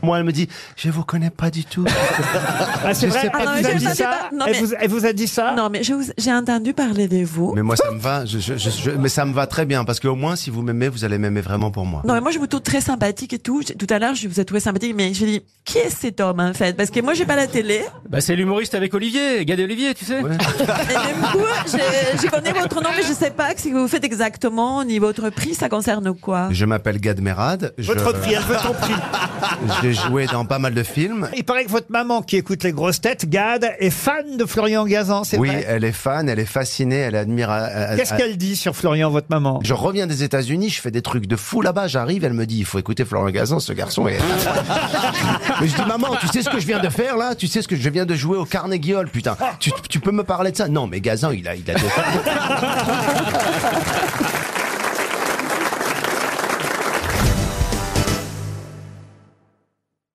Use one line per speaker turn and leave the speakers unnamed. moi. Elle me dit, je vous connais pas du tout.
Ah, c'est
Je
vrai,
sais
elle
pas
vous a
qui
dit
vous êtes.
ça.
Non,
Elle
mais-
vous- elle vous a dit ça
Non, mais je vous- j'ai entendu parler de vous.
Mais moi, ça me va. Je, je- je- je- mais ça me va très bien parce qu'au moins, si vous m'aimez, vous allez m'aimer vraiment pour moi.
Non, mais moi, je vous trouve très sympathique et tout. J'ai- Tout à l'heure, je vous ai trouvé sympathique, mais je dis, qui est cet homme, en fait? Parce que moi, j'ai pas la télé.
Bah, c'est l'humoriste avec Olivier, Gad et Olivier, tu sais.
Ouais.
Et du coup, je, je connais votre nom, mais je sais pas ce que vous faites exactement, ni votre prix, ça concerne quoi?
Je m'appelle Gad Merad. Je,
Votre prix, elle veut ton prix.
J'ai joué dans pas mal de films.
Il paraît que votre maman, qui écoute les grosses têtes, Gad, est fan de Florian Gazan, c'est
Oui,
vrai
elle est fan, elle est fascinée, elle admire. à- à-
Qu'est-ce
à-
qu'elle dit sur Florian, votre maman
Je reviens des États-Unis, je fais des trucs de fou là-bas, j'arrive, elle me dit, il faut écouter Florent Gazan, ce garçon est... Mais je dis, maman, tu sais ce que je viens de faire là Tu sais ce que je viens de jouer au Carnegie Hall, putain. Tu, tu peux me parler de ça Non, mais Gazan, il a... Il a deux-